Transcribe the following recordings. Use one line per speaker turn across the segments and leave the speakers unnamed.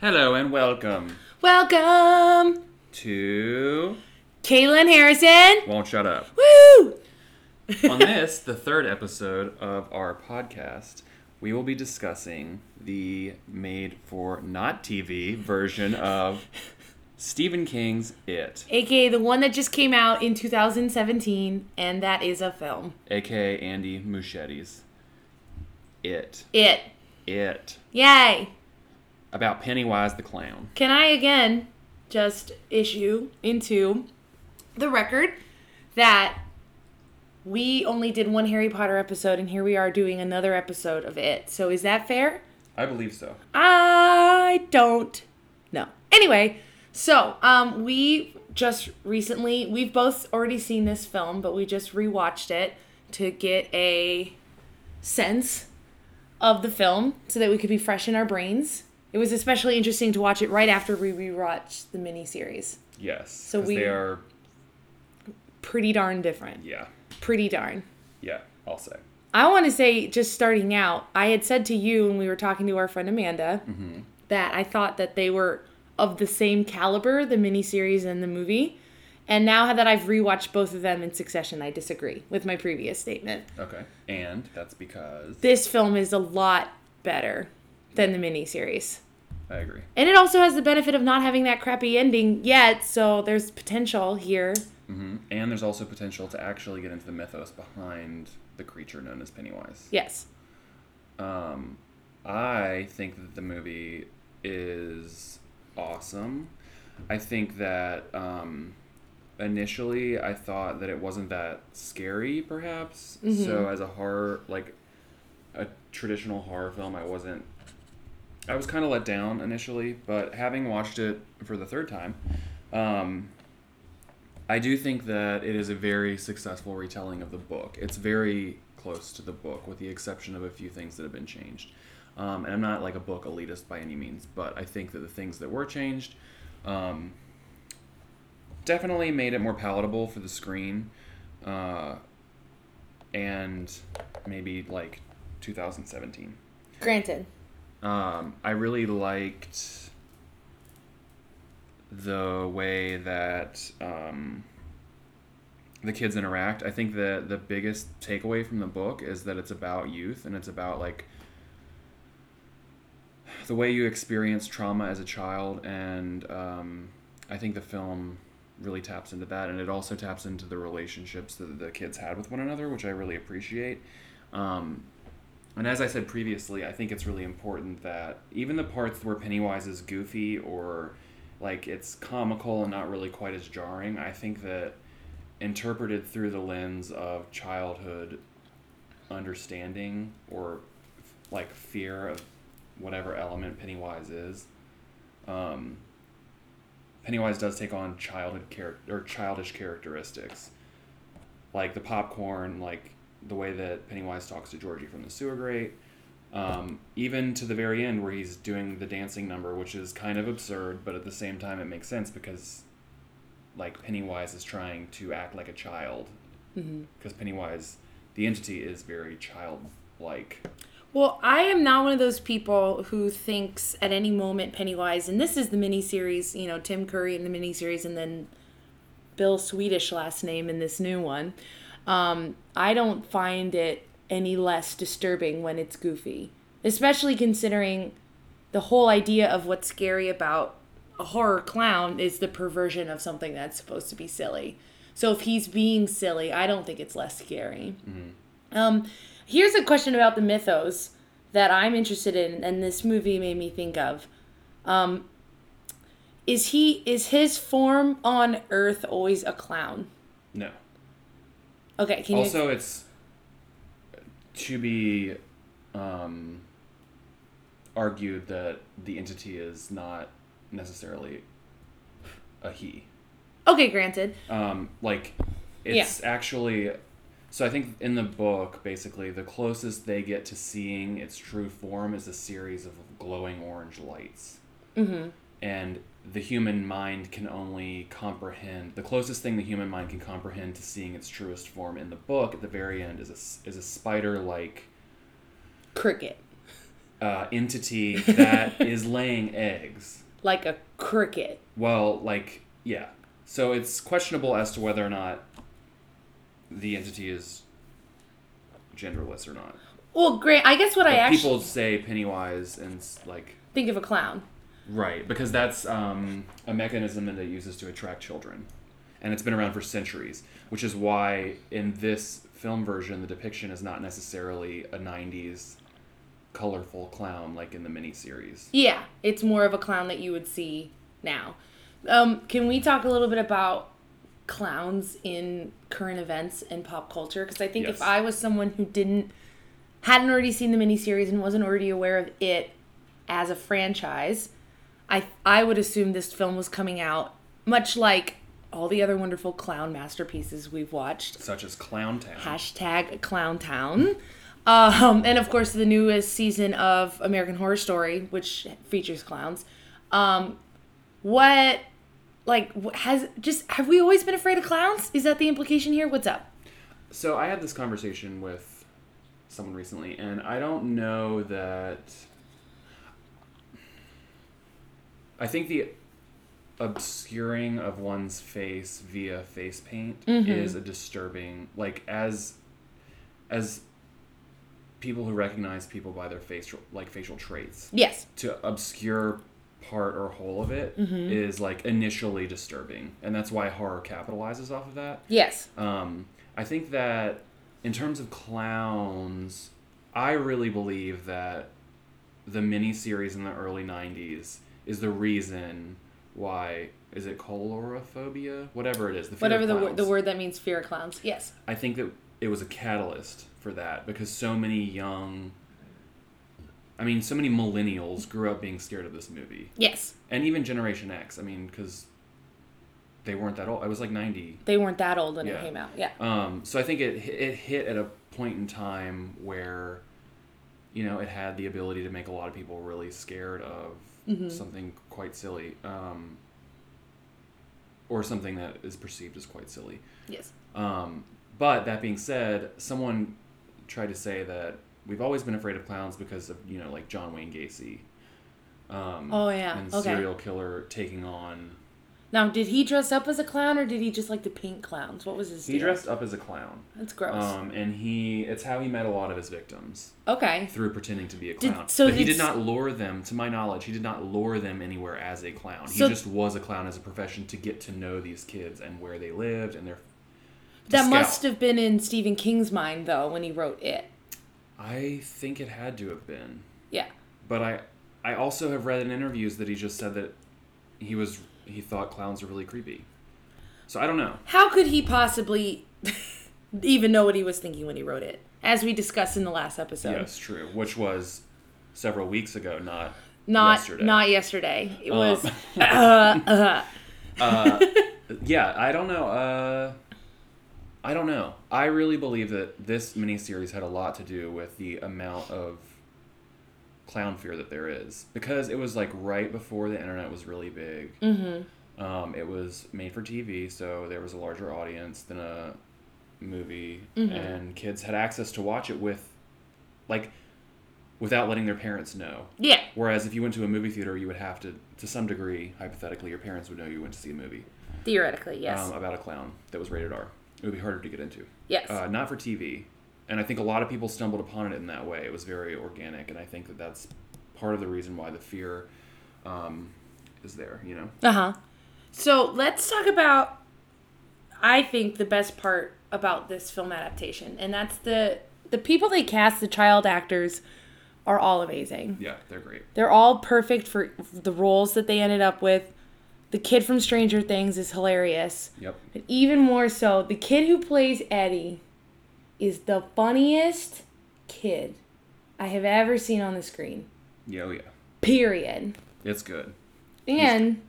Hello and welcome
Welcome,
to
Caitlin Harrison.
Won't Shut Up.
Woo!
On this, the third episode of our podcast, we will be discussing the made for not TV version of Stephen King's It,
AKA the one that just came out in 2017, and that is a film.
aka Andy Muschietti's It.
It.
It.
Yay!
About Pennywise the Clown.
Can I again just issue into the record that we only did one Harry Potter episode, and here we are doing another episode of it. So is that fair?
I believe so.
I don't know. Anyway, so um, we just recently we've both already seen this film, but we just rewatched it to get a sense of the film so that we could be fresh in our brains. It was especially interesting to watch it right after we rewatched the miniseries.
Yes. So
we-
they are,
Pretty darn different.
yeah,
Pretty darn.
yeah, I'll say.
I want to say, just starting out, I had said to you when we were talking to our friend Amanda that I thought that they were of the same caliber, the miniseries and the movie. And now that I've rewatched both of them in succession, I disagree with my previous statement.
Okay. And that's because
This film is a lot better than the miniseries.
I agree.
And it also has the benefit of not having that crappy ending yet, so there's potential here.
And there's also potential to actually get into the mythos behind the creature known as Pennywise.
Yes.
I think that the movie is awesome. I think that um, initially I thought that it wasn't that scary, perhaps. So as a horror, like a traditional horror film, I wasn't. I was kind of let down initially, but having watched it for the third time, um, I do think that it is a very successful retelling of the book. It's very close to the book, with the exception of a few things that have been changed. Um, and I'm not like a book elitist by any means, but I think that the things that were changed um, definitely made it more palatable for the screen. Uh, and maybe like 2017.
Granted.
Um, I really liked the way that um, the kids interact. I think the the biggest takeaway from the book is that it's about youth and it's about like the way you experience trauma as a child, and um, I think the film really taps into that, and it also taps into the relationships that the kids had with one another, which I really appreciate. Um, and as I said previously, I think it's really important that even the parts where Pennywise is goofy or like it's comical and not really quite as jarring, I think that interpreted through the lens of childhood understanding or like fear of whatever element Pennywise is, um, Pennywise does take on childhood character or childish characteristics, like the popcorn, like the way that Pennywise talks to Georgie from the sewer grate, um, even to the very end where he's doing the dancing number, which is kind of absurd, but at the same time it makes sense because, like Pennywise is trying to act like a child, because Pennywise, the entity, is very childlike.
Well, I am not one of those people who thinks at any moment Pennywise, and this is the miniseries, you know, Tim Curry in the miniseries, and then Bill Swedish last name in this new one. Um, I don't find it any less disturbing when it's goofy, especially considering the whole idea of what's scary about a horror clown is the perversion of something that's supposed to be silly. So if he's being silly, I don't think it's less scary. Um, here's a question about the mythos that I'm interested in, and this movie made me think of. Um, is he is his form on Earth always a clown?
No.
Okay, can you?
also it's to be um, argued that the entity is not necessarily a he
Okay, granted.
um, like it's actually so i think in the book basically the closest they get to seeing its true form is a series of glowing orange lights and the human mind can only comprehend the closest thing the human mind can comprehend to seeing its truest form in the book at the very end is a, s- is a spider like
Cricket.
uh, entity that is laying eggs.
like a cricket.
Well, like, yeah. So it's questionable as to whether or not the entity is genderless or not.
Well, great. I guess what I
But
actually
people say Pennywise and s- like
think of a clown.
right because that's um, a mechanism that it uses to attract children, and it's been around for centuries, which is why in this film version the depiction is not necessarily a '90s colorful clown like in the miniseries.
Yeah, it's more of a clown that you would see now. Um, can we talk a little bit about clowns in current events and pop culture? Because I think
Yes.
if I was someone who didn't hadn't already seen the miniseries and wasn't already aware of it as a franchise, I I would assume this film was coming out much like all the other wonderful clown masterpieces we've watched
Such as Clown Town.
hashtag clown town um, and of course the newest season of american horror story which features clowns um, what like wh- has just have we always been afraid of clowns is that the implication here what's up
So I had this conversation with someone recently, and I don't know that. I think the obscuring of one's face via face paint is a disturbing like as as people who recognize people by their facial like facial traits
yes
to obscure part or whole of it is like initially disturbing and that's why horror capitalizes off of that
yes
um, I think that in terms of clowns, I really believe that the miniseries in the early '90s is the reason why is it colorophobia, whatever it is, the fear
whatever
of
the, wor-
clowns.
the word that means fear of clowns yes
I think that it was a catalyst for that because so many young, I mean, so many millennials grew up being scared of this movie,
yes
and even Generation X. I mean, because they weren't that old. I was like ninety
they weren't that old when it
Yeah.
came out yeah
Um, so I think it it hit at a point in time where, you know, it had the ability to make a lot of people really scared of
Mm-hmm.
something quite silly, um, or something that is perceived as quite silly.
yes
Um, but that being said, someone tried to say that we've always been afraid of clowns because of you know like John Wayne Gacy. Um,
Oh, yeah.
and
Okay.
serial killer taking on.
now did he dress up as a clown or did he just like to paint clowns what was his
He
deal?
dressed up as a clown.
that's gross
Um, and he it's how he met a lot of his victims
okay
through pretending to be a
Did-
clown.
so
but he
did-
did not lure them, to my knowledge, he did not lure them anywhere as a clown.
So-
he just was a clown as a profession to get to know these kids and where they lived and their to
that
scout.
must have been in stephen king's mind though when he wrote it
I think it had to have been.
Yeah.
But I I also have read in interviews that he just said that he was he thought clowns are really creepy. So I don't know.
How could he possibly even know what he was thinking when he wrote it? As we discussed in the last episode.
Yes, true. Which was several weeks ago, not
Not
yesterday.
not yesterday. It was uh,
Um, yeah, I don't know. Uh, I don't know. I really believe that this miniseries had a lot to do with the amount of clown fear that there is because it was like right before the internet was really big. Mm-hmm. Um, it was made for TV, so there was a larger audience than a movie, and kids had access to watch it with, like, without letting their parents know.
yeah.
Whereas if you went to a movie theater, you would have to, to some degree, hypothetically, your parents would know you went to see a movie
Theoretically, yes.
um, about a clown that was rated R. It would be harder to get into.
yes.
Uh, not for TV. And I think a lot of people stumbled upon it in that way. It was very organic, and I think that that's part of the reason why the fear um, is there, you know?
Uh huh. So let's talk about, I think, the best part about this film adaptation, and that's the the people they cast, the child actors, are all amazing.
Yeah, they're great.
They're all perfect for the roles that they ended up with. The kid from Stranger Things is hilarious.
Yep.
But even more so, the kid who plays Eddie is the funniest kid I have ever seen on the screen.
Yeah, oh yeah.
Period.
It's good.
And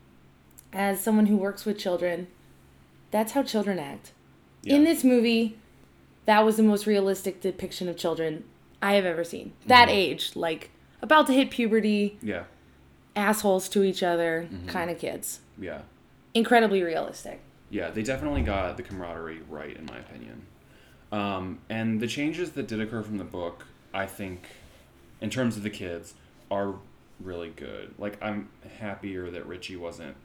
as someone who works with children, that's how children act.
Yeah.
In this movie, that was the most realistic depiction of children I have ever seen. That age, like about to hit puberty,
Yeah,
assholes to each other kind of kids.
yeah.
Incredibly realistic.
Yeah, they definitely got the camaraderie right, in my opinion. Um, and the changes that did occur from the book, I think, in terms of the kids, are really good. Like I'm happier that Richie wasn't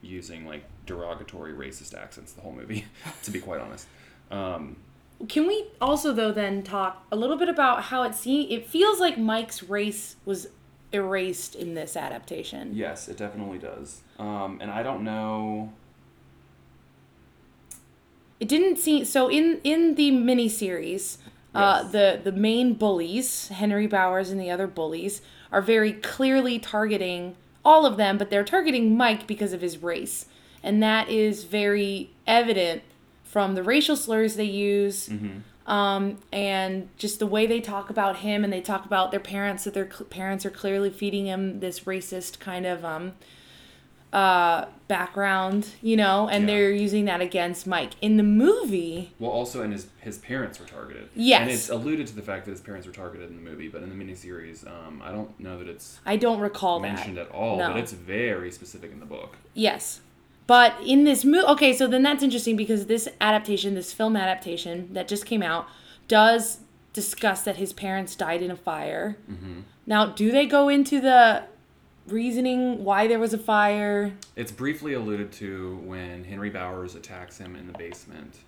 using like derogatory racist accents the whole movie, to be quite honest. Um,
Can we also though then talk a little bit about how it see it feels like Mike's race was erased in this adaptation.
yes, it definitely does. Um, and I don't know.
It didn't seem so in in the miniseries, uh,
Yes.
the the main bullies, Henry Bowers and the other bullies, are very clearly targeting all of them, but they're targeting Mike because of his race, and that is very evident from the racial slurs they use. Um, and just the way they talk about him and they talk about their parents that their cl- parents are clearly feeding him this racist kind of um, uh, background, you know, and
Yeah.
they're using that against Mike. In the movie,
Well, also, and his his parents were targeted.
Yes.
And it's alluded to the fact that his parents were targeted in the movie, but in the miniseries, um, I don't know that it's
I don't recall
mentioned
that.
at all.
No.
But it's very specific in the book.
Yes. But in this movie, okay, so then that's interesting because this adaptation, this film adaptation that just came out, does discuss that his parents died in a fire.
Mm-hmm.
Now, do they go into the reasoning why there was a fire?
It's briefly alluded to when Henry Bowers attacks him in the basement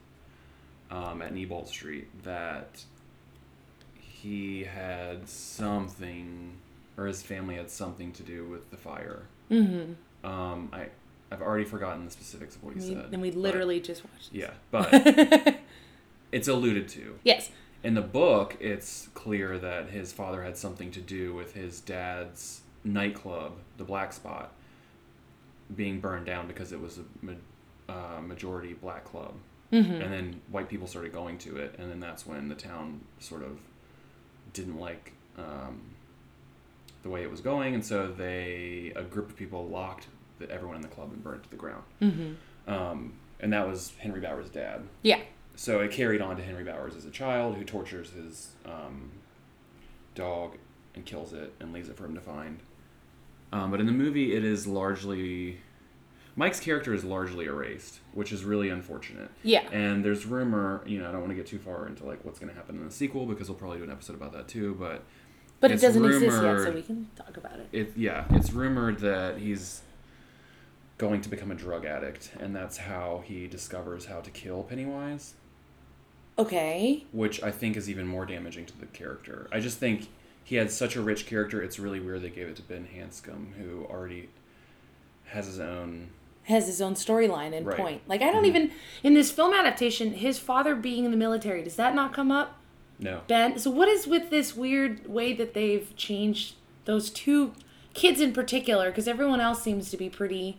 um, at Niebolt Street that he had something, or his family had something to do with the fire. Mm-hmm. Um, I, I've already forgotten the specifics of what he
We-
said.
and we
but-
literally just watched.
yeah, but it's alluded to.
Yes.
In the book, it's clear that his father had something to do with his dad's nightclub, the Black Spot, being burned down because it was a ma- uh, majority black club.
Mm-hmm. Hmm.
And then white people started going to it, and then that's when the town sort of didn't like um, the way it was going, and so they a group of people locked the, everyone in the club and burned it to the ground.
Mm-hmm.
Um, and that was Henry Bowers' dad
Yeah.
so it carried on to Henry Bowers as a child who tortures his um, dog and kills it and leaves it for him to find. Um, but in the movie, it is largely Mike's character is largely erased, which is really unfortunate.
Yeah.
And there's rumor, you know, I don't want to get too far into like what's going to happen in the sequel because we'll probably do an episode about that too. But
But
It's
it doesn't exist yet, so
rumored-
we can talk about it.
it yeah, it's rumored that he's going to become a drug addict, and that's how he discovers how to kill Pennywise.
Okay.
which I think is even more damaging to the character. I just think he had such a rich character. It's really weird they gave it to Ben Hanscom, who already has his own.
Has his own storyline and
Right. Mm-hmm.
point. Like I don't even in this film adaptation, his father being in the military, does that not come up?
No,
Ben, so what is with this weird way that they've changed those two kids in particular? Because everyone else seems to be pretty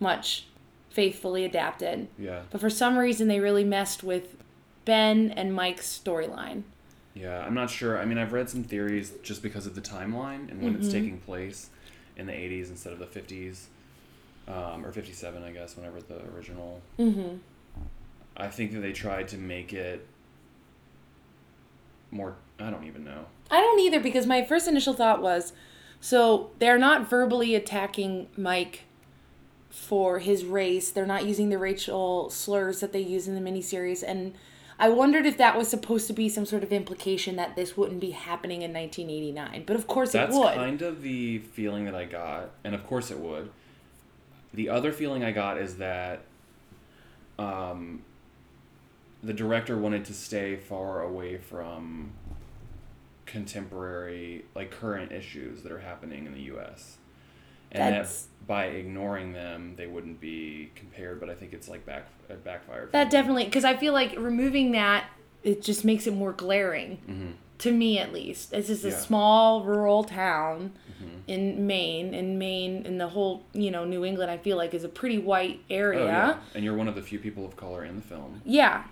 much faithfully adapted.
yeah,
But for some reason, they really messed with Ben and Mike's storyline.
yeah. I'm not sure. I mean, I've read some theories just because of the timeline and when it's taking place in the 80s instead of the 50s, um, or 57, I guess, whenever the original. Mm-hmm. I think that they tried to make it more. I don't even know.
I don't either because my first initial thought was so they're not verbally attacking Mike for his race. They're not using the racial slurs that they use in the miniseries. And I wondered if that was supposed to be some sort of implication that this wouldn't be happening in 1989. But of course
That's
it would.
kind of the feeling that I got, and of course it would. The other feeling I got is that um, the director wanted to stay far away from contemporary, like current issues that are happening in the U.S. And
That's-
that by ignoring them, they wouldn't be compared. But I think it's like back it backfired. for
That
them.
definitely, because I feel like removing that, it just makes it more glaring. To me, at least, this is
Mm-hmm.
a
Yeah. Mm-hmm.
small rural town in Maine, and Maine and the whole you know New England, I feel like is a pretty white area.
Oh,
yeah.
yeah. And you're one of the few people of color in the film.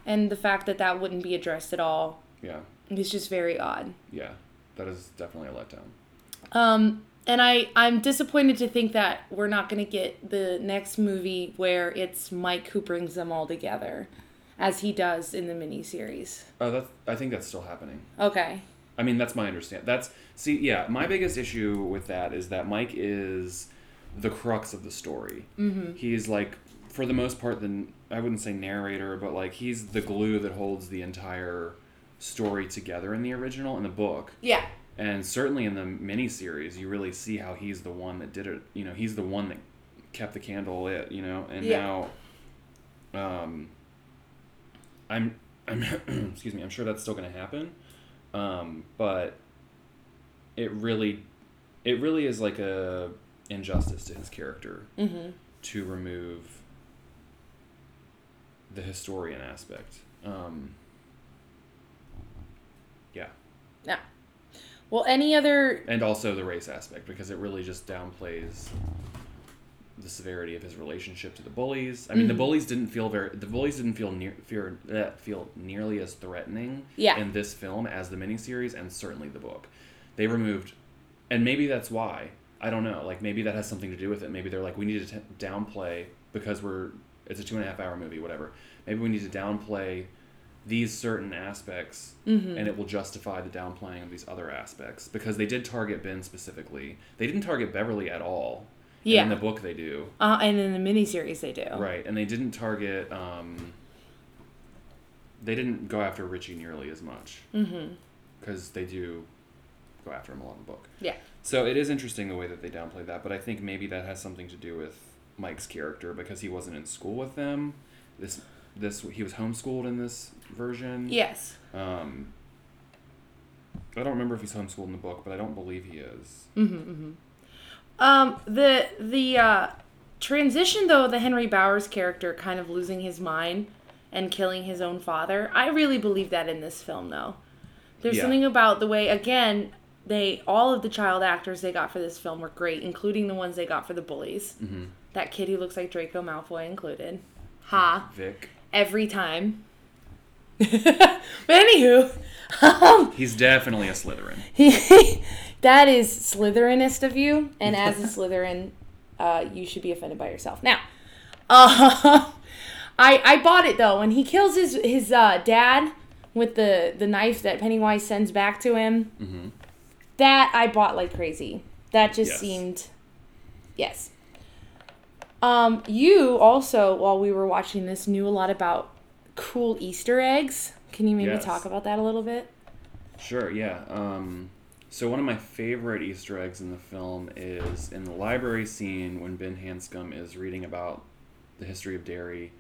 and the fact that that wouldn't be addressed at all
Yeah,
is just very odd.
yeah. That is definitely a letdown.
Um, and I I'm disappointed to think that we're not gonna get the next movie where it's Mike who brings them all together, as he does in the miniseries.
Oh, that's. I think that's still happening.
Okay.
I mean, that's my understand. That's see, yeah. My biggest issue with that is that Mike is the crux of the story. Mm-hmm. He's like, for the most part, the I wouldn't say narrator, but like he's the glue that holds the entire story together in the original in the book.
Yeah.
and certainly in the miniseries, you really see how he's the one that did it. You know, he's the one that kept the candle lit. You know, and
Yeah.
now, um, I'm, I'm, excuse me, I'm sure that's still going to happen, um, but it really, it really is like a injustice to his character
Mm-hmm.
to remove the historian aspect. Um, yeah.
Yeah. Well, any other
and also the race aspect because it really just downplays the severity of his relationship to the bullies. I mean, the bullies didn't feel very the bullies didn't feel near fear that feel nearly as threatening
Yeah.
in this film as the miniseries and certainly the book. They removed, and maybe that's why I don't know. Like maybe that has something to do with it. Maybe they're like we need to t- downplay because we're it's a two and a half hour movie, whatever. Maybe we need to downplay these certain aspects
Mm.
and it will justify the downplaying of these other aspects because they did target Ben specifically. They didn't target Beverly at all. And
Yeah. Oh.
In the book, they do.
uh, and in the miniseries they do.
Right. And they didn't target. Um, they didn't go after Richie nearly as much
Mm-hmm.
because they do go after him a lot in the book.
Yeah.
So it is interesting the way that they downplay that, but I think maybe that has something to do with Mike's character because he wasn't in school with them. This this he was homeschooled in this version.
Yes.
Um, I don't remember if he's homeschooled in the book, but I don't believe he is.
Um, the the uh, transition though, the Henry Bowers character kind of losing his mind and killing his own father. I really believe that in this film though. There's
Yeah.
something about the way again they all of the child actors they got for this film were great, including the ones they got for the bullies. Mm-hmm. That kid who looks like Draco Malfoy included. Ha
Vic.
every time. but anywho, um,
He's definitely a Slytherin.
that is Slytherinist of you, and as a Slytherin, uh, you should be offended by yourself. Now, uh, I I bought it though when he kills his his uh, dad with the the knife that Pennywise sends back to him. That I bought like crazy. That
Mm-hmm.
just
Yes.
seemed, yes. Um, you also while we were watching this knew a lot about cool Easter eggs. Can you maybe
Yes.
talk about that a little bit?
Sure, yeah. Um, so one of my favorite Easter eggs in the film is in the library scene when Ben Hanscom is reading about the history of dairy.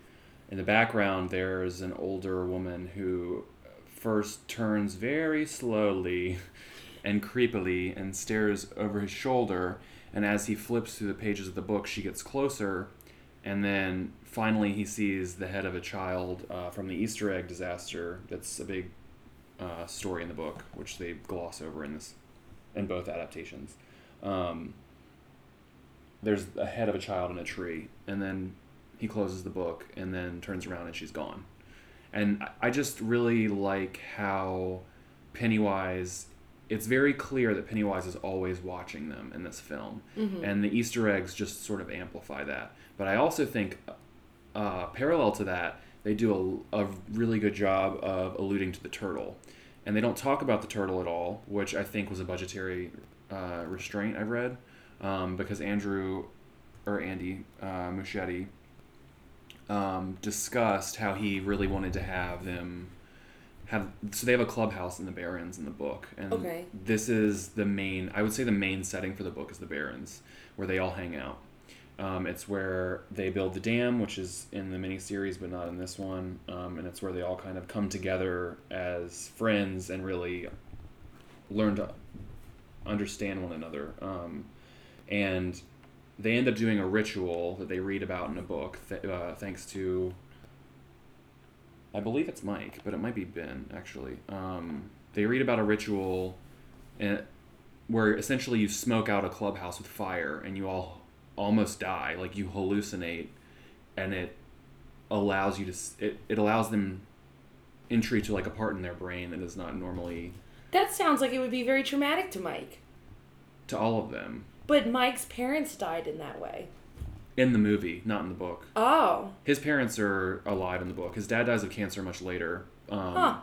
In the background, there's an older woman who first turns very slowly and creepily and stares over his shoulder. And as he flips through the pages of the book, she gets closer. And then finally, he sees the head of a child uh, from the Easter egg disaster. That's a big uh, story in the book, which they gloss over in this, in both adaptations. Um, there's a head of a child in a tree, and then he closes the book, and then turns around and she's gone. And I- I just really like how Pennywise. It's very clear that Pennywise is always watching them in this film, and the Easter eggs just sort of amplify that. But I also think uh, parallel to that, they do a, a really good job of alluding to the turtle. And they don't talk about the turtle at all, which I think was a budgetary uh, restraint I've read, um, because Andrew or Andy uh, Muschietti um, discussed how he really wanted to have them have. So they have a clubhouse in the Barrens in the book, and
Okay.
this is the main. I would say the main setting for the book is the Barrens, where they all hang out. Um, it's where they build the dam, which is in the miniseries, but not in this one. Um, and it's where they all kind of come together as friends and really learn to understand one another. Um, and they end up doing a ritual that they read about in a book, th- uh, thanks to, I believe it's Mike, but it might be Ben, actually. Um, they read about a ritual and where essentially you smoke out a clubhouse with fire and you all almost die like you hallucinate and it allows you to s- it, it allows them entry to like a part in their brain that is not normally
That sounds like it would be very traumatic to Mike.
to all of them
But Mike's parents died in that way.
in the movie not in the book
Oh.
his parents are alive in the book his dad dies of cancer much later um,
Huh.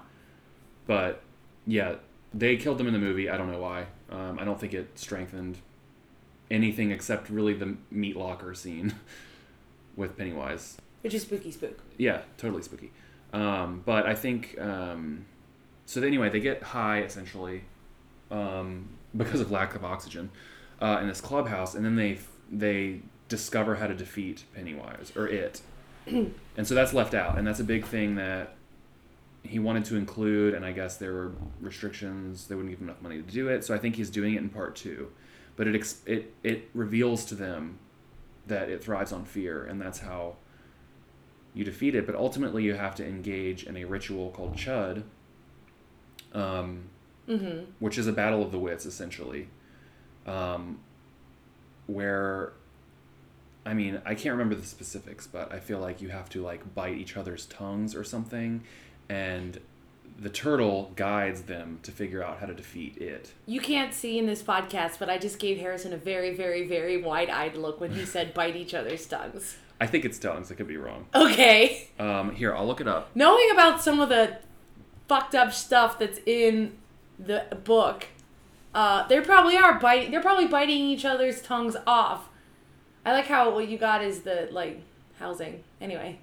but yeah they killed them in the movie i don't know why um, i don't think it strengthened anything except really the meat locker scene with pennywise
Which is spooky spook.
yeah, totally spooky. Um, but I think um, so. Anyway, they get high essentially, um, because of lack of oxygen uh, in this clubhouse, and then they they discover how to defeat Pennywise or it, and so that's left out, and that's a big thing that he wanted to include, and I guess there were restrictions; they wouldn't give him enough money to do it. So I think he's doing it in part two, but it ex- it it reveals to them that it thrives on fear, and that's how you defeat it. But ultimately, you have to engage in a ritual called Chud, um, which is a battle of the wits essentially, um, where I mean, I can't remember the specifics, but I feel like you have to like bite each other's tongues or something, and the turtle guides them to figure out how to defeat it.
You can't see in this podcast, but I just gave Harrison a very, very, very wide eyed look when he said bite each other's tongues.
I think it's tongues. I could be wrong.
Okay.
Um, here, I'll look it up.
Knowing about some of the fucked up stuff that's in the book, uh, they probably are biting. They're probably biting each other's tongues off. I like how what you got is the like housing. Anyway,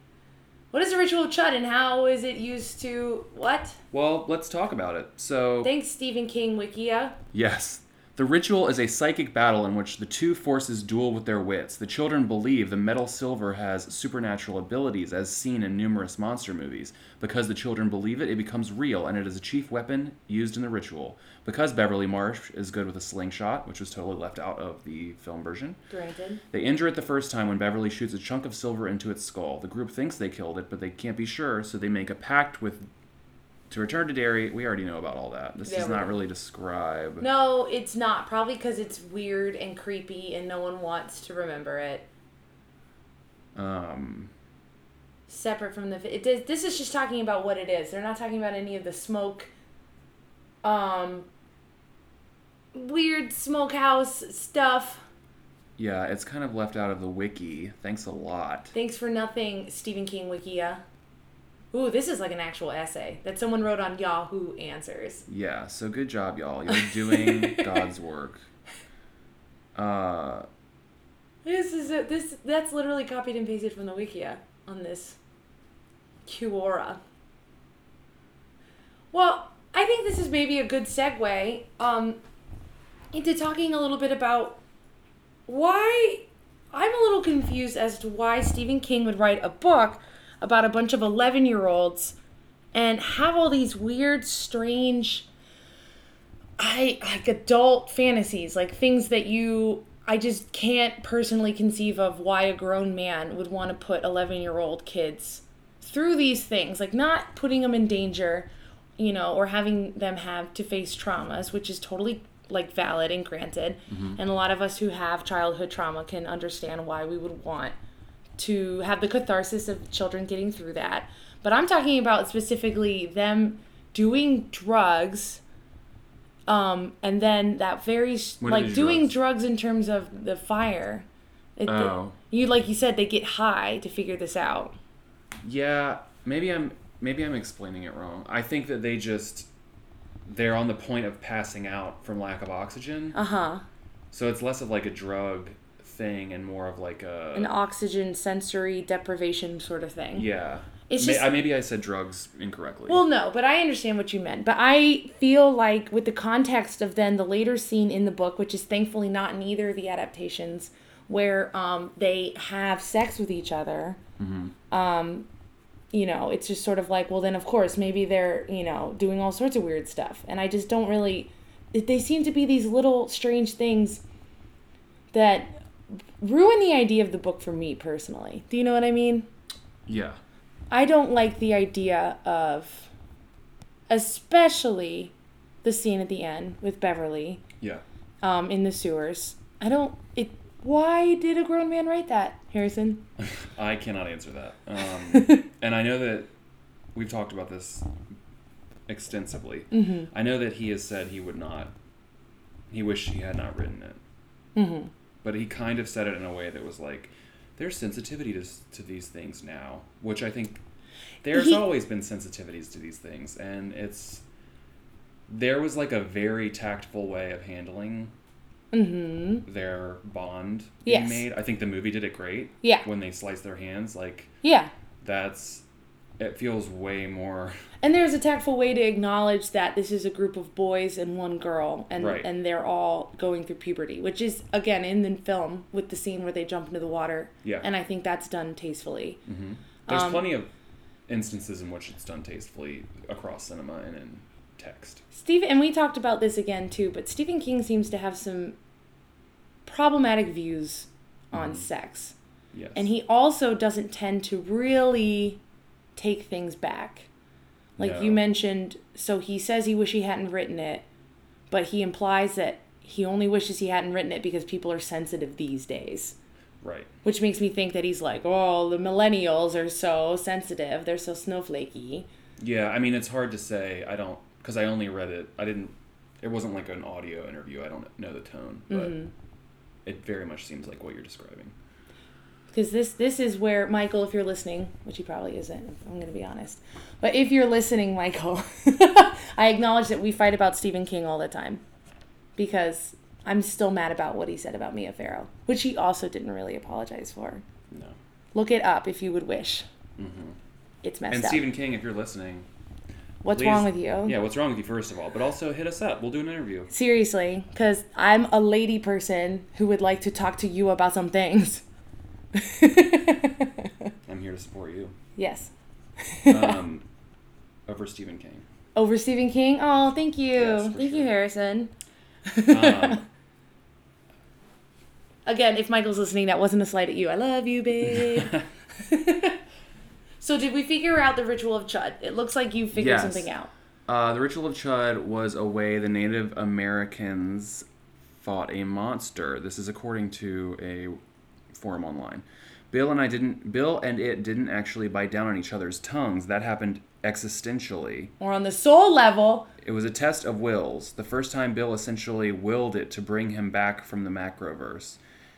what is the ritual of chud and how is it used to what?
Well, let's talk about it. So,
Thanks, Stephen King Wikia.
Yes. The ritual is a psychic battle in which the two forces duel with their wits. The children believe the metal silver has supernatural abilities as seen in numerous monster movies. Because the children believe it, it becomes real and it is a chief weapon used in the ritual. Because Beverly Marsh is good with a slingshot, which was totally left out of the film version,
Granted.
they injure it the first time when Beverly shoots a chunk of silver into its skull. The group thinks they killed it, but they can't be sure, so they make a pact with to return to Derry. We already know about all that. This
Yeah,
does
we-
not really describe.
No, it's not. Probably because it's weird and creepy and no one wants to remember it.
Um,
Separate from the. It, this- this is just talking about what it is. They're not talking about any of the smoke. Um. Weird smokehouse stuff.
yeah, it's kind of left out of the wiki. Thanks a lot.
Thanks for nothing, Stephen King Wikia. Ooh, this is like an actual essay that someone wrote on Yahoo Answers.
Yeah, so good job, y'all. You're doing God's work. Uh,
This is a, this. That's literally copied and pasted from the Wikia on this. Kiora. Well, I think this is maybe a good segue um, into talking a little bit about why I'm a little confused as to why Stephen King would write a book about a bunch of 11 year olds and have all these weird, strange, I like adult fantasies, like things that you I just can't personally conceive of why a grown man would want to put 11 year old kids through these things, like not putting them in danger, you know, or having them have to face traumas, which is totally like valid and granted.
Mm-hmm.
And a lot of us who have childhood trauma can understand why we would want to have the catharsis of children getting through that. But I'm talking about specifically them doing drugs. Um, and then that very s-
What are
like
these
doing
drugs?
drugs in terms of the fire. It-
Oh.
you like you said they get high to figure this out.
yeah, maybe I'm maybe I'm explaining it wrong. I think that they just they're on the point of passing out from lack of oxygen.
Uh huh.
So it's less of like a drug thing and more of like a
An oxygen sensory deprivation sort of thing.
yeah.
It's
May-
just-
I- maybe I said drugs incorrectly.
Well, no, but I understand what you meant. But I feel like with the context of then the later scene in the book, which is thankfully not in either of the adaptations, where um, they have sex with each other. Um, you know, it's just sort of like, well, then of course maybe they're you know doing all sorts of weird stuff, and I just don't really. They seem to be these little strange things that ruin the idea of the book for me personally. Do you know what I mean?
yeah.
I don't like the idea of, especially the scene at the end with Beverly
Yeah.
um, in the sewers. I don't. It. Why did a grown man write that, Harrison?
I cannot answer that. Um, and I know that we've talked about this extensively.
Mm-hmm.
I know that he has said he would not, he wished he had not written it. Mm-hmm. But he kind of said it in a way that was like, there's sensitivity to, s- to these things now, which I think there's
He-
always been sensitivities to these things. And it's, there was like a very tactful way of handling
Mm-hmm.
their bond being
Yes.
made. I think the movie did it great
Yeah.
when they sliced their hands. Like,
Yeah.
that's it feels way more
And there's a tactful way to acknowledge that this is a group of boys and one girl, and
Right.
and they're all going through puberty, which is again in the film with the scene where they jump into the water.
Yeah. Mm-hmm.
And um, I think that's done tastefully.
there's plenty of instances in which it's done tastefully across cinema and in text
Steve and we talked about this again too, but Stephen King seems to have some problematic views on sex,
yes
and he also doesn't tend to really take things back. Like you
No.
mentioned, so he says he wish he hadn't written it, but he implies that he only wishes he hadn't written it because people are sensitive these days.
right
Which makes me think that he's like, oh, the millennials are so sensitive. They're so snowflakey.
yeah i mean it's hard to say i don't because i only read it i didn't it wasn't like an audio interview i don't know the tone but
Mm-hmm.
it very much seems like what you're describing
because this this is where Michael, if you're listening, which he probably isn't, I'm gonna be honest, but if you're listening, Michael, I acknowledge that we fight about Stephen King all the time, because I'm still mad about what he said about Mia Farrow, which he also didn't really apologize for.
no
Look it up if you would wish. It's messed
Mm-hmm. and
up.
stephen king if you're listening
What's
please-
wrong with you?
yeah what's wrong with you first of all but also hit us up we'll do an interview
Seriously, because I'm a lady person who would like to talk to you about some things.
i'm here to support you
yes.
um, over stephen king
Over Stephen King. Oh, thank you,
Yes, for
thank you,
sure.
Harrison.
um,
Again, if Michael's listening, that wasn't a slight at you. I love you, babe. so, did we figure out the ritual of Chud? It looks like you figured
Yes.
something out.
Uh, the ritual of Chud was a way the Native Americans fought a monster. This is according to a forum online. Bill and I didn't. Bill and it didn't actually bite down on each other's tongues. That happened existentially.
Or on the soul level,
It was a test of wills. The first time Bill essentially willed it to bring him back from the macroverse.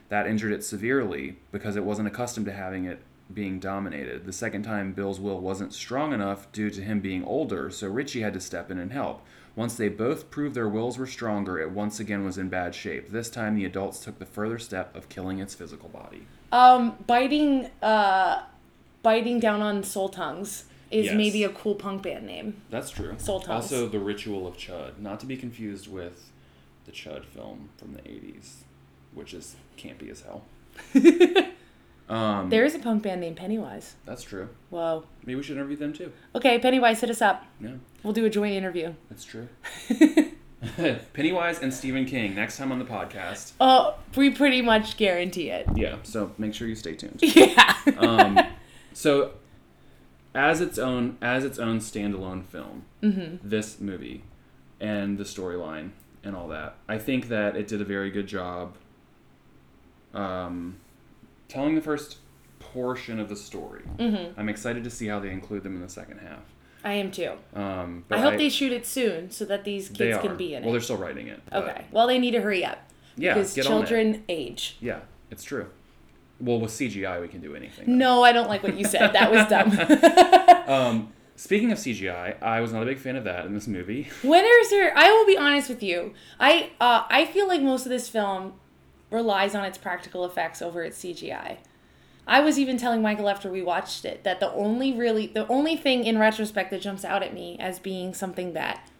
That injured it severely because it wasn't accustomed to having it being dominated. The second time, Bill's will wasn't strong enough due to him being older, so Richie had to step in and help. Once they both proved their wills were stronger, it once again was in bad shape. This time, the adults took the further step of killing its physical body.
um, biting, uh, biting down on soul tongues is
Yes.
maybe a cool punk band name.
That's true.
Soul ties.
Also, the ritual of Chud, not to be confused with the Chud film from the '80s, which is campy as hell. um,
There is a punk band named Pennywise.
that's true.
Whoa.
Maybe we should interview them too.
Okay, Pennywise, hit us up.
Yeah,
We'll do a joint interview.
that's true. Pennywise and Stephen King next time on the podcast.
Oh, we pretty much guarantee it.
Yeah, so make sure you stay tuned.
Yeah.
Um, so, as its own as its own standalone film,
Mm-hmm.
this movie and the storyline and all that, I think that it did a very good job um, telling the first portion of the story.
Mm-hmm.
I'm excited to see how they include them in the second half.
I am too.
Um, but
I hope they shoot it soon so that these
they
kids
are.
can be in
Well,
it.
they're still writing it. but-
Okay. Well, they need to hurry up.
Yeah,
because
get on it.
children age.
Yeah, it's true. Well, with CGI, we can do anything.
No, I don't like what you said. That was dumb.
Um, speaking of CGI, I was not a big fan of that in this movie.
when is there? I will be honest with you. I uh, I feel like most of this film relies on its practical effects over its CGI. I was even telling Michael after we watched it that the only really the only thing in retrospect that jumps out at me as being something that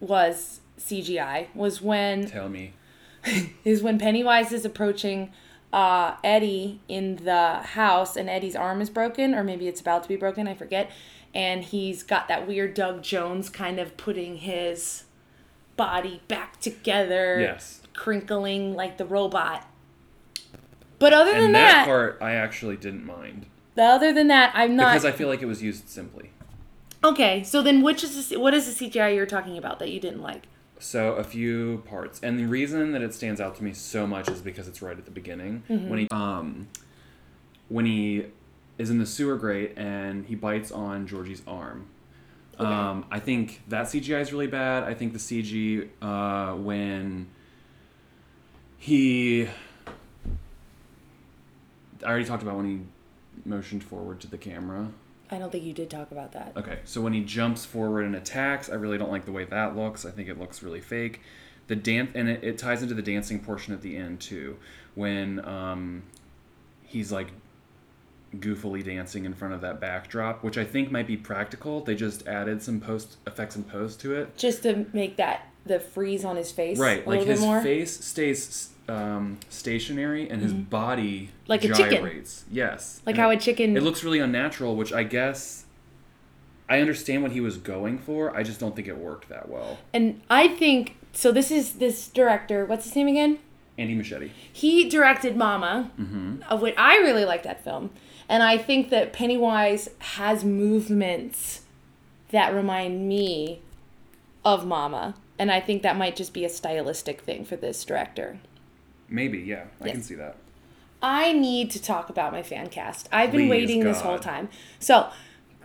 was CGI was when
Tell me.
is when Pennywise is approaching uh, Eddie in the house, and Eddie's arm is broken, or maybe it's about to be broken, I forget. And he's got that weird Doug Jones kind of putting his body back together,
Yes.
crinkling like the robot. But other than
And that
that,
part I actually didn't mind
other than that, I'm not
because I feel like it was used simply.
okay. So then, which is the, what is the CGI you're talking about that you didn't like?
So a few parts, and the reason that it stands out to me so much is because it's right at the beginning when he um when he is in the sewer grate and he bites on Georgie's arm. Um, I think that CGI is really bad. I think the CG uh, when he I already talked about when he motioned forward to the camera.
I don't think you did talk about that.
Okay, so when he jumps forward and attacks, I really don't like the way that looks. I think it looks really fake. The dance and it, it ties into the dancing portion at the end too, when um, he's like goofily dancing in front of that backdrop, which I think might be practical. They just added some post effects and pose to it.
just to make that the freeze on his face
Right,
a
like
little bit
his
more.
face stays um, stationary and his body
Mm-hmm. Like a chicken.
gyrates. Yes,
like
And
how
it,
a chicken
it looks really unnatural, which I guess I understand what he was going for. I just don't think it worked that well.
and I think so this is this director, what's his name again?
Andy Machete.
He directed Mama,
Mm-hmm.
of which I really like that film. And I think that Pennywise has movements that remind me of Mama. And I think that might just be a stylistic thing for this director.
Maybe, yeah, I can
Yes.
see that.
I need to talk about my fan cast. I've been
Please,
waiting this whole
God.
time. So,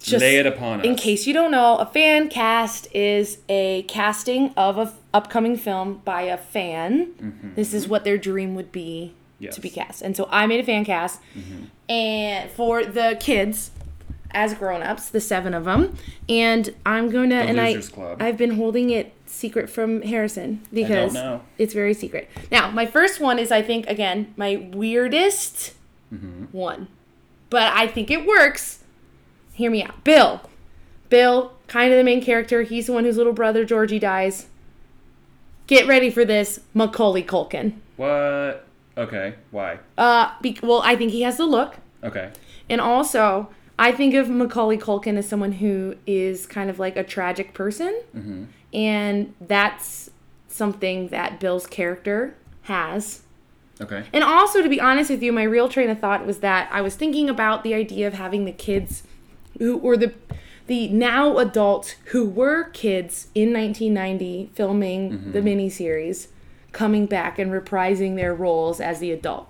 just
Lay it upon us.
in case you don't know, a fan cast is a casting of an upcoming film by a fan. This is what their dream would be
Mm-hmm. Yes. Mm-hmm.
to be cast. And so I made a fan cast and for the kids as grown-ups, the 7 of them, and I'm going to and
Losers
I
Club.
I've been holding it secret from Harrison because
know.
it's very secret. Now, my first one is I think again, my weirdest one. But I think it works. Hear me out. Bill. Bill, kind of the main character. He's the one whose little brother Georgie dies. Get ready for this, Macaulay Culkin.
What? Okay, why?
Uh, be- well, I think he has the look,
Okay,
and also I think of Macaulay Culkin as someone who is kind of like a tragic person, and that's something that Bill's character has.
okay.
And also, to be honest with you, my real train of thought was that I was thinking about the idea of having the kids who or the the now adults who were kids in 1990 filming the miniseries coming back and reprising their roles as the adult.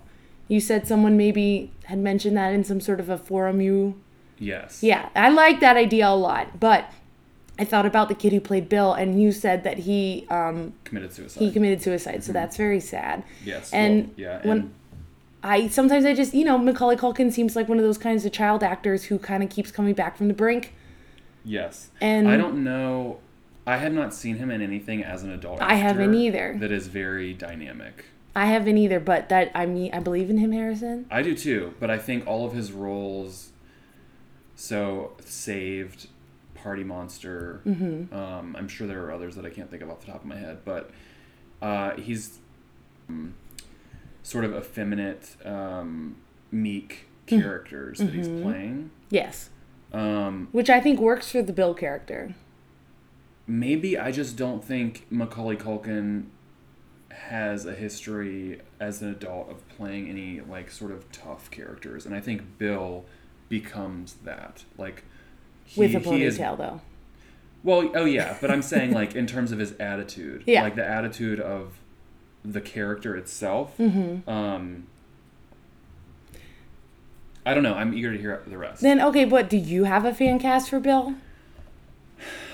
You said someone maybe had mentioned that in some sort of a forum you
Yes.
yeah, I like that idea a lot, but I thought about the kid who played Bill, and you said that he um,
Committed suicide.
he committed suicide, so that's very sad.
yes.
and
well, yeah.
when-
and
I sometimes I just you know Macaulay Culkin seems like one of those kinds of child actors who kind of keeps coming back from the brink.
Yes.
And-
I don't know. I have not seen him in anything as an adult.
I haven't
actor
either.
That is very dynamic.
I haven't either, but that I mean I believe in him, Harrison.
I do too, but I think all of his roles, so saved, Party Monster. Um, I'm sure there are others that I can't think of off the top of my head, but uh, he's um, sort of effeminate, um, meek characters that he's playing.
Yes,
Um,
which I think works for the Bill character.
maybe I just don't think Macaulay Culkin has a history as an adult of playing any like sort of tough characters, and I think Bill becomes that like he,
With a
he is-
ponytail, though.
well, oh yeah, but I'm saying like in terms of his attitude,
Yeah.
like the attitude of the character itself.
Mm-hmm.
Um, I don't know. I'm eager to hear the rest.
Then okay, but do you have a fan cast for Bill?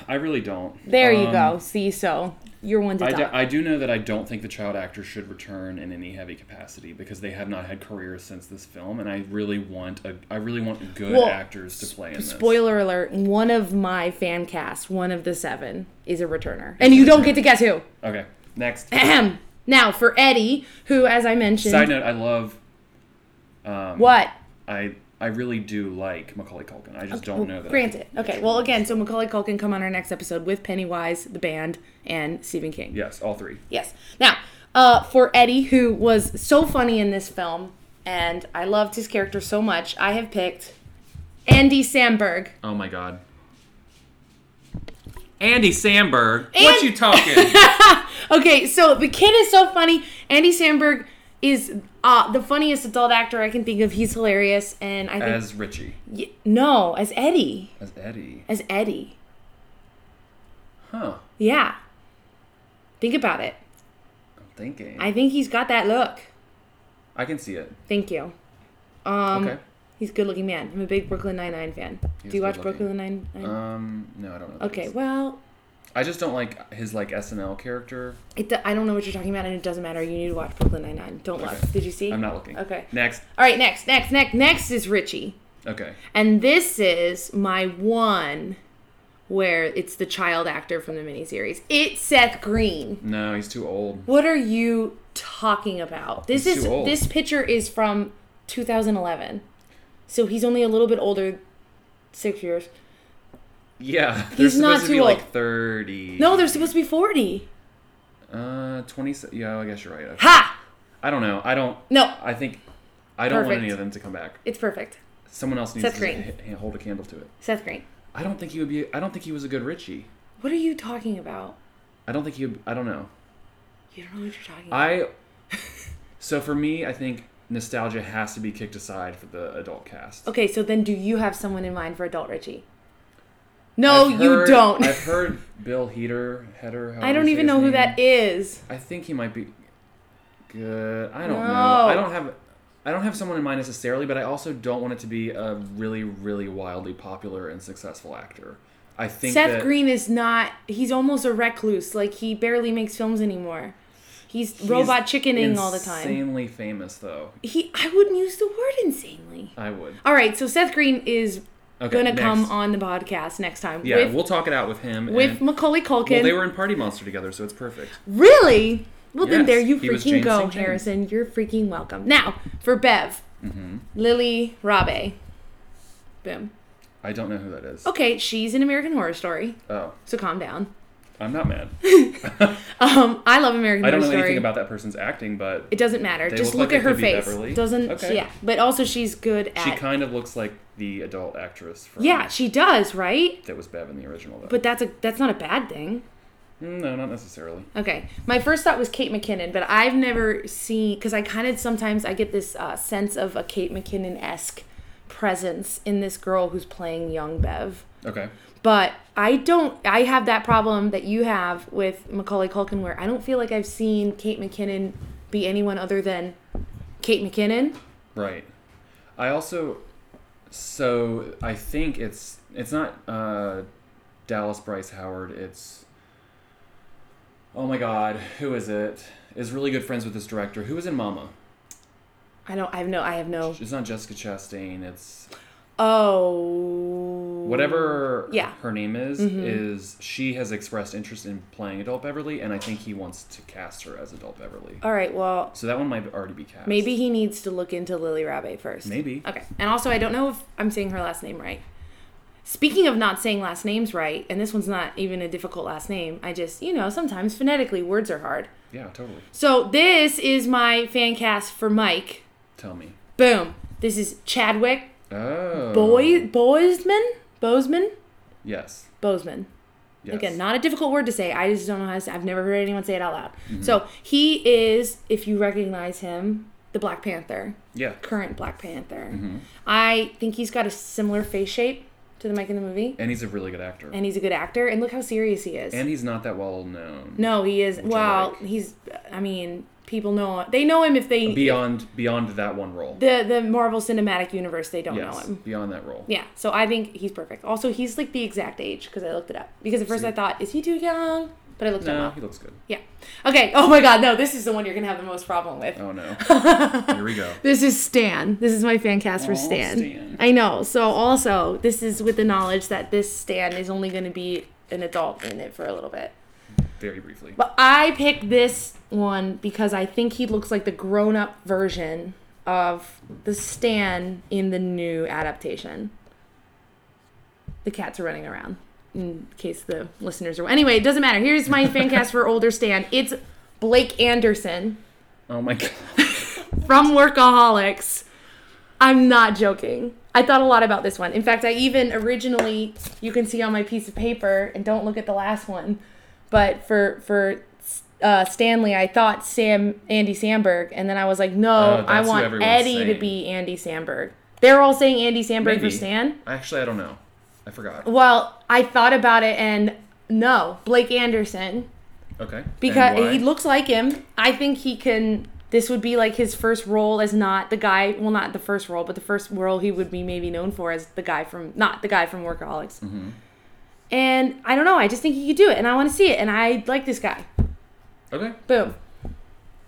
I really don't.
There you
Um,
go. See, so you're one to
I
talk.
do, I do know that I don't think the child actors should return in any heavy capacity because they have not had careers since this film, and I really want a, I really want good
Well,
actors to play in this.
Spoiler alert: One of my fan casts, one of the seven, is a returner, and you don't get to guess who.
Okay, next.
Ahem. Now for Eddie, who, as I mentioned,
Side note: I love, um,
what
I I really do like Macaulay Culkin. I just don't know that. I
Granted.
think-
Okay. Well, again, so Macaulay Culkin come on our next episode with Pennywise, the band, and Stephen King.
yes, all three.
Yes. Now, uh, for Eddie, who was so funny in this film, and I loved his character so much, I have picked Andy Samberg.
Oh my God. Andy Samberg,
And-
what you talking?
Okay, so the kid is so funny. Andy Samberg is uh, the funniest adult actor I can think of. He's hilarious, and I think
as Richie,
y- no, as Eddie,
as Eddie,
as Eddie.
huh?
Yeah. Think about it.
I'm thinking.
I think he's got that look.
I can see it.
Thank you. Um,
Okay.
He's a good looking man. I'm a big Brooklyn Nine-Nine fan.
He's
Do you watch
good-looking.
Brooklyn Nine-Nine?
Um, no, I don't know. who that
okay,
is.
well,
I just don't like his like SNL character.
it, do- I don't know what you're talking about, and it doesn't matter. You need to watch Brooklyn Nine-Nine. Don't look. Did you see?
I'm not looking.
Okay.
Next.
All right, next, next, next, next is Richie.
Okay.
And this is my one where it's the child actor from the miniseries. It's Seth Green.
No, he's too old.
What are you talking about? This
He's
is
too old.
this picture is from 2011. So he's only a little bit older, six years.
Yeah, they're
He's
supposed
not
to
too
be like
old.
thirty.
No, they're supposed to be 40.
Uh, twenty. Yeah, I guess you're right. I-
Ha!
I don't know. I don't.
No,
I think I don't want
Perfect.
any of them to come back.
it's perfect.
Someone else needs
Seth
to
Green.
h- h- hold a candle to it.
Seth Green.
I don't think he would be. I don't think he was a good Richie.
What are you talking about?
I don't think he. would- I don't know.
You don't know what you're talking about.
I. So for me, I think nostalgia has to be kicked aside for the adult cast.
okay, so then do you have someone in mind for adult Richie? No,
I've
Oh, you
heard-
don't.
I've heard Bill Heater, Header.
I don't even know who that is.
I think he might be good. I don't
No.
know. I don't have I don't have someone in mind necessarily, but I also don't want it to be a really, really wildly popular and successful actor. I think
Seth
that
Green is not. He's almost a recluse. Like he barely makes films anymore. He's,
he's
robot chickening all the time.
Insanely famous, though.
He. I wouldn't use the word insanely.
I would.
All right, so Seth Green is
Okay,
gonna
next.
come on the podcast next time
Yeah,
with
we'll talk it out with him.
with
and,
Macaulay Culkin.
well, they were in Party Monster together, so it's perfect.
Really? Well, then
Yes,
there you
he was
freaking
James
go,
St. James.
Harrison. You're freaking welcome. Now for Bev,
Mm-hmm.
Lily Rabe. Boom.
I don't know who that is.
Okay, she's an American Horror Story,
Oh,
so calm down.
I'm not mad.
Um, I love American
I don't know
Horror Story.
anything about that person's acting, but
It doesn't matter.
They
Just
look
look,
like they
at her
could be
face.
Beverly.
Doesn't
Okay.
yeah. But also she's good at
she kind of looks like the adult actress from
Yeah, she does, right?
that was Bev in the original. Though.
But that's a that's not a bad thing.
Mm, no, not necessarily.
Okay. My first thought was Kate McKinnon, but I've never seen cuz I kind of sometimes I get this uh, sense of a Kate McKinnon-esque presence in this girl who's playing young Bev.
Okay.
But I don't I have that problem that you have with Macaulay Culkin where I don't feel like I've seen Kate McKinnon be anyone other than Kate McKinnon.
Right. I also so I think it's it's not uh Dallas Bryce Howard, it's Oh my god, who is it? Is really good friends with this director. Who is in Mama?
I don't I have no I have no
It's not Jessica Chastain, it's
Oh.
whatever
Yeah. Mm-hmm.
her name is, is she has expressed interest in playing adult Beverly and I think he wants to cast her as adult Beverly.
All right. Well,
So that one might already be cast.
maybe he needs to look into Lily Rabe first.
Maybe.
Okay. And also, I don't know if I'm saying her last name right. Speaking of not saying last names right, and this one's not even a difficult last name, I just, you know, sometimes phonetically words are hard.
Yeah, totally.
So this is my fan cast for Mike.
Tell me.
Boom. This is Chadwick
Oh.
Boy Boisman? Bozeman?
Yes.
Bozeman.
Yes.
Again, not a difficult word to say. I just don't know how to say I've never heard anyone say it out loud.
Mm-hmm.
So he is, if you recognize him, the Black Panther,
Yeah.
current Black Panther.
Mm-hmm.
I think he's got a similar face shape to the Mike in the movie,
And he's a really good actor.
and he's a good actor. And look how serious he is.
And he's not that well known.
no, he is. Well,
like.
he's. I mean, people know they know him if they
Beyond beyond that one role.
the the Marvel Cinematic Universe. They don't know
yes.
him.
Beyond that role.
Yeah, so I think he's perfect. Also, he's like the exact age because I looked it up. Because at first I thought, is he too young? But I looked him
No,
up.
he looks good.
Yeah. Okay. Oh my God. No, this is the one you're gonna have the most problem with.
Oh no. Here we go.
This is Stan. This is my fan cast for
Aw,
Stan.
Stan.
I know. So also, this is with the knowledge that this Stan is only gonna be an adult in it for a little bit.
Very briefly.
But I picked this one because I think he looks like the grown-up version of the Stan in the new adaptation. The cats are running around. In case the listeners are anyway, it doesn't matter. Here's my fan cast for older Stan. It's Blake Anderson
Oh my god.
from Workaholics. I'm not joking. I thought a lot about this one. In fact, I even originally, you can see on my piece of paper, and don't look at the last one, but for for uh, Stanley, I thought Sam Andy Sandberg, and then I was like,
Oh,
no,
that's
I
who
want
everyone's
Eddie
saying.
to be Andy Sandberg. They're all saying Andy Sandberg
Maybe.
for Stan.
Actually I don't know. I
Oh,
forgot.
Well, I thought about it, and no, Blake Anderson
Okay. And why?
because he looks like him. I think he can. This would be like his first role as not the guy. Well, not the first role, but the first role he would be maybe known for as the guy from not the guy from Workaholics.
Mm-hmm.
And I don't know. I just think he could do it, and I want to see it. And I like this guy.
Okay.
Boom.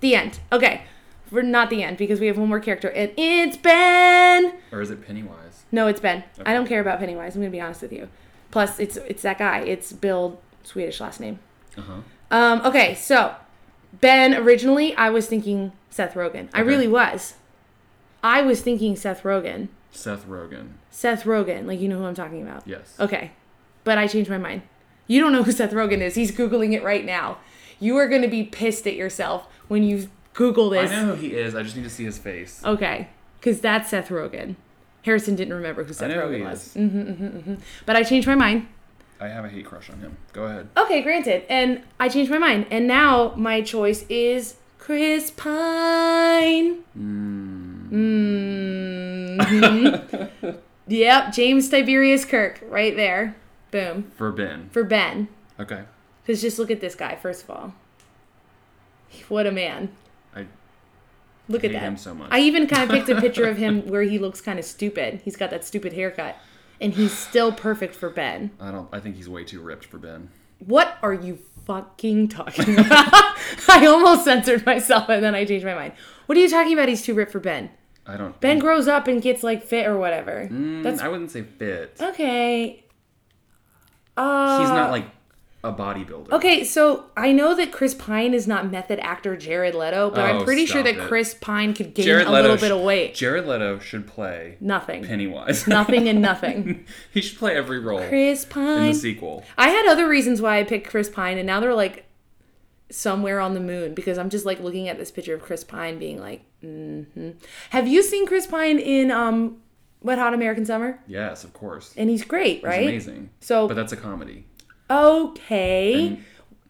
The end. Okay, we're not the end because we have one more character, and it's Ben.
Or is it Pennywise?
No, it's Ben.
Okay.
I don't care about Pennywise. I'm gonna be honest with you. Plus, it's it's that guy. It's Bill Swedish last name.
Uh-huh.
Um, okay, so Ben originally I was thinking Seth Rogen. I really was. I was thinking Seth Rogen.
Seth Rogen.
Seth Rogen. Like, you know who I'm talking about.
Yes.
Okay. But I changed my mind. You don't know who Seth Rogen is. He's Googling it right now. You are going to be pissed at yourself when you Google
I
this. Oh,
know who he is. I just need to see his face.
Okay. Because that's Seth Rogen. Harrison didn't remember who
I
Seth
know who he
Rogen
is.
was. But I changed my mind.
I have a hate crush on him. Go ahead.
Okay, granted. And I changed my mind. And now my choice is Chris Pine. Mm. Mhm. yep, James Tiberius Kirk right there. Boom.
For Ben.
For Ben.
Okay.
Because just look at this guy, first of all. What a man.
I
Look
Hate
at that.
him so much.
I even kind of picked a picture of him where he looks kind of stupid. He's got that stupid haircut. And he's still perfect for Ben.
I don't I think he's way too ripped for Ben.
What are you fucking talking about? I almost censored myself and then I changed my mind. What are you talking about? He's too ripped for Ben.
I don't
Ben grows up and gets like fit or whatever.
Mm,
That's
I wouldn't say fit.
okay. Uh,
he's not like a bodybuilder.
Okay, so I know that Chris Pine is not method actor Jared Leto, but
Oh,
I'm pretty sure
stop
that
it.
Chris Pine could gain
Jared
a
Leto
little
sh-
bit of weight.
Jared Leto should play
nothing.
Pennywise.
Nothing and nothing.
he should play every role
Chris
in the
Pine.
sequel.
I had other reasons why I picked Chris Pine, and now they're like somewhere on the moon because I'm just like looking at this picture of Chris Pine being like, hmm have you seen Chris Pine in um, Wet Hot American Summer?
Yes, of course.
And he's great,
It's
right?
amazing.
So-
but that's a comedy.
Okay.
And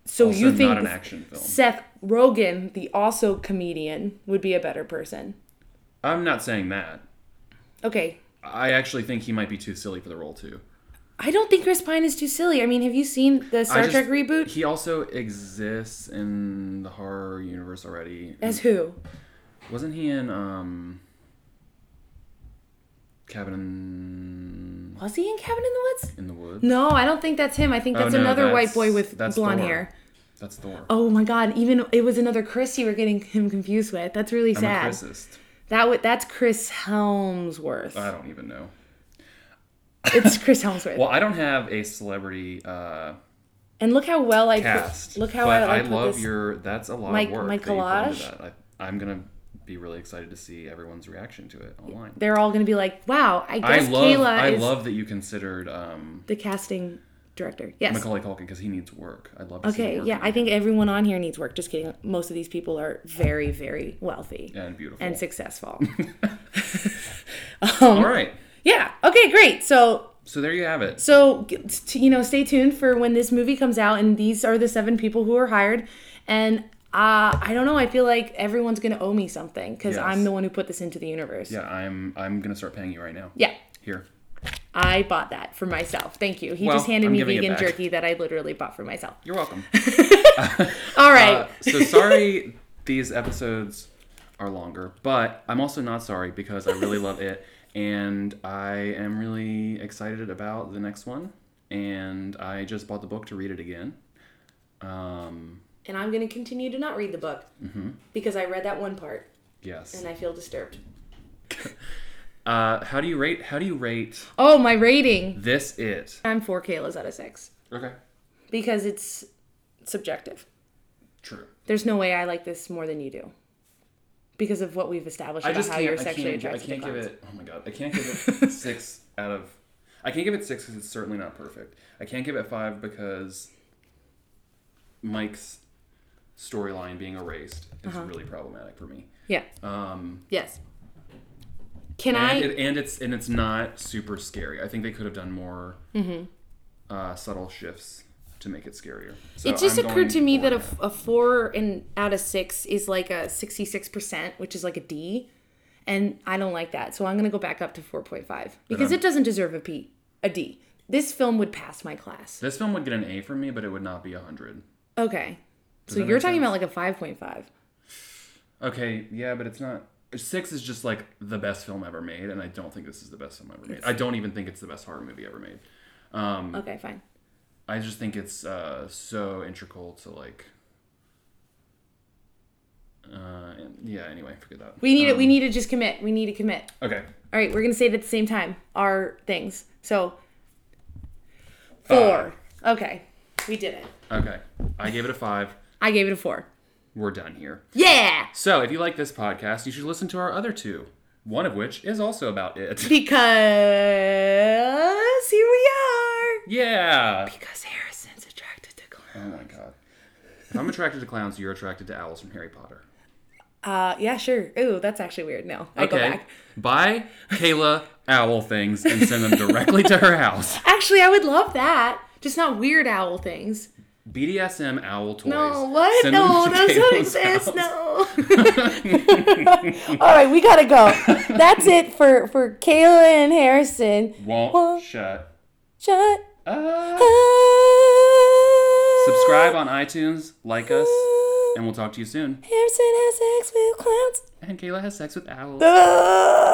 so
also
you think
not an action film.
Seth Rogen, the also comedian, would be a better person?
I'm not saying that.
Okay.
I actually think he might be too silly for the role too.
I don't think Chris Pine is too silly. I mean, have you seen the
I
Star
just-
Trek reboot?
He also exists in the horror universe already.
As who?
Wasn't he in um Cabin in,
Was he in Cabin in the Woods?
in the Woods?
No, I don't think that's him. I think
Oh,
that's
no,
another white
that's-
boy with
that's
blonde
Thor.
hair.
That's Thor.
Oh my god, even it was another Chris you were getting him confused with. That's really
I'm
sad.
a Chrisist.
That w- that's Chris Helmsworth.
I don't even know.
it's Chris Helmsworth.
Well, I don't have a celebrity uh,
and look how well I
cast.
put, look how
but
I, like
I
put
love
this.
your. That's a lot
my-
of work.
my
that you put into
collage.
that. I, I'm gonna be really excited to see everyone's reaction to it online.
They're all going to be like, "Wow, I
I
guess
love.
Kayla
I
is
love that you considered um,
the casting director." Yes.
Macaulay Culkin because he needs work. I'd love. To see him
okay,
work
yeah, I think everyone on here needs work. Just kidding. Most of these people are very very wealthy
and beautiful.
and successful.
All right.
yeah. Okay, great. So,
So there you have it.
So, g- t- you know, stay tuned for when this movie comes out. And these are the seven people who are hired. And uh, I don't know. I feel like everyone's going to owe me something because
Yes.
I'm the one who put this into the universe.
Yeah, I'm. I'm gonna start paying you right now.
Yeah,
Here.
I bought that for myself. Thank you. He
Well,
just handed
I'm
me
giving it
vegan
back.
jerky that I literally bought for myself.
You're welcome.
All
Uh,
right.
so sorry these episodes are longer, but I'm also not sorry because I really love it and I am really excited about the next one. And I just bought the book to read it again. Um,
and I'm going to continue to not read the book
Mm-hmm.
because I read that one part
yes.
and I feel disturbed.
Uh, how do you rate? How do you rate
Oh, my rating.
this? It
I'm four Kayla's out of six
okay.
because it's subjective.
True.
There's no way I like this more than you do. Because of what we've established
I
about
just
how
can't.
you're
I
sexually
can't. I
attracted
can't
to
give
clowns.
it. Oh my god! I can't give it six out of. I can't give it six because it's certainly not perfect. I can't give it five because Mike's storyline being erased is
Uh-huh.
really problematic for me.
Yeah.
Um,
Yes. Can
and,
I?
it, and it's and it's not super scary. I think they could have done more
Mm-hmm.
uh, subtle shifts to make it scarier. So
it just
I'm
occurred to
going
me
four
that
and
a, a four and out of six is like a 66%, which is like a D. And I don't like that. So I'm going to go back up to 4.5 because
I'm-
it doesn't deserve a P, a D. This film would pass my class.
This film would get an A from me, but it would not be a hundred.
Okay. So
that
you're
make
talking about like a 5.5.
Okay, yeah, but it's not. Six is just like the best film ever made, and I don't think this is the best film ever made. I don't even think it's the best horror movie ever made. Um,
Okay, fine.
I just think it's uh, so integral to like. Uh, and- yeah. Anyway, forget that.
We need it. We need to just commit. We need to commit.
Okay.
All right, we're gonna say it at the same time. Our things. So four. Okay, we did it.
Okay. I gave it a five.
I gave it a four.
We're done here.
Yeah.
So, if you like this podcast, you should listen to our other two one of which is also about it.
Because here we are.
yeah.
Because Harrison's attracted to
Oh
clowns.
my god. If I'm attracted to clowns, you're attracted to owls from Harry Potter.
Uh, yeah, sure. Ooh, that's actually weird. No, I go back.
Buy Kayla owl things and send them directly to her house.
Actually, I would love that. Just not weird owl things.
BDSM owl toys.
No, what?
Send them
no,
to
that
Kayla's house.
doesn't exist. No. All right, we gotta go. That's it for for Kayla and Harrison.
Won't
Won't
shut
Shut
up.
up.
Subscribe on iTunes, like us, and we'll talk to you soon.
Harrison has sex with clowns.
And Kayla has sex with owls.
Ugh.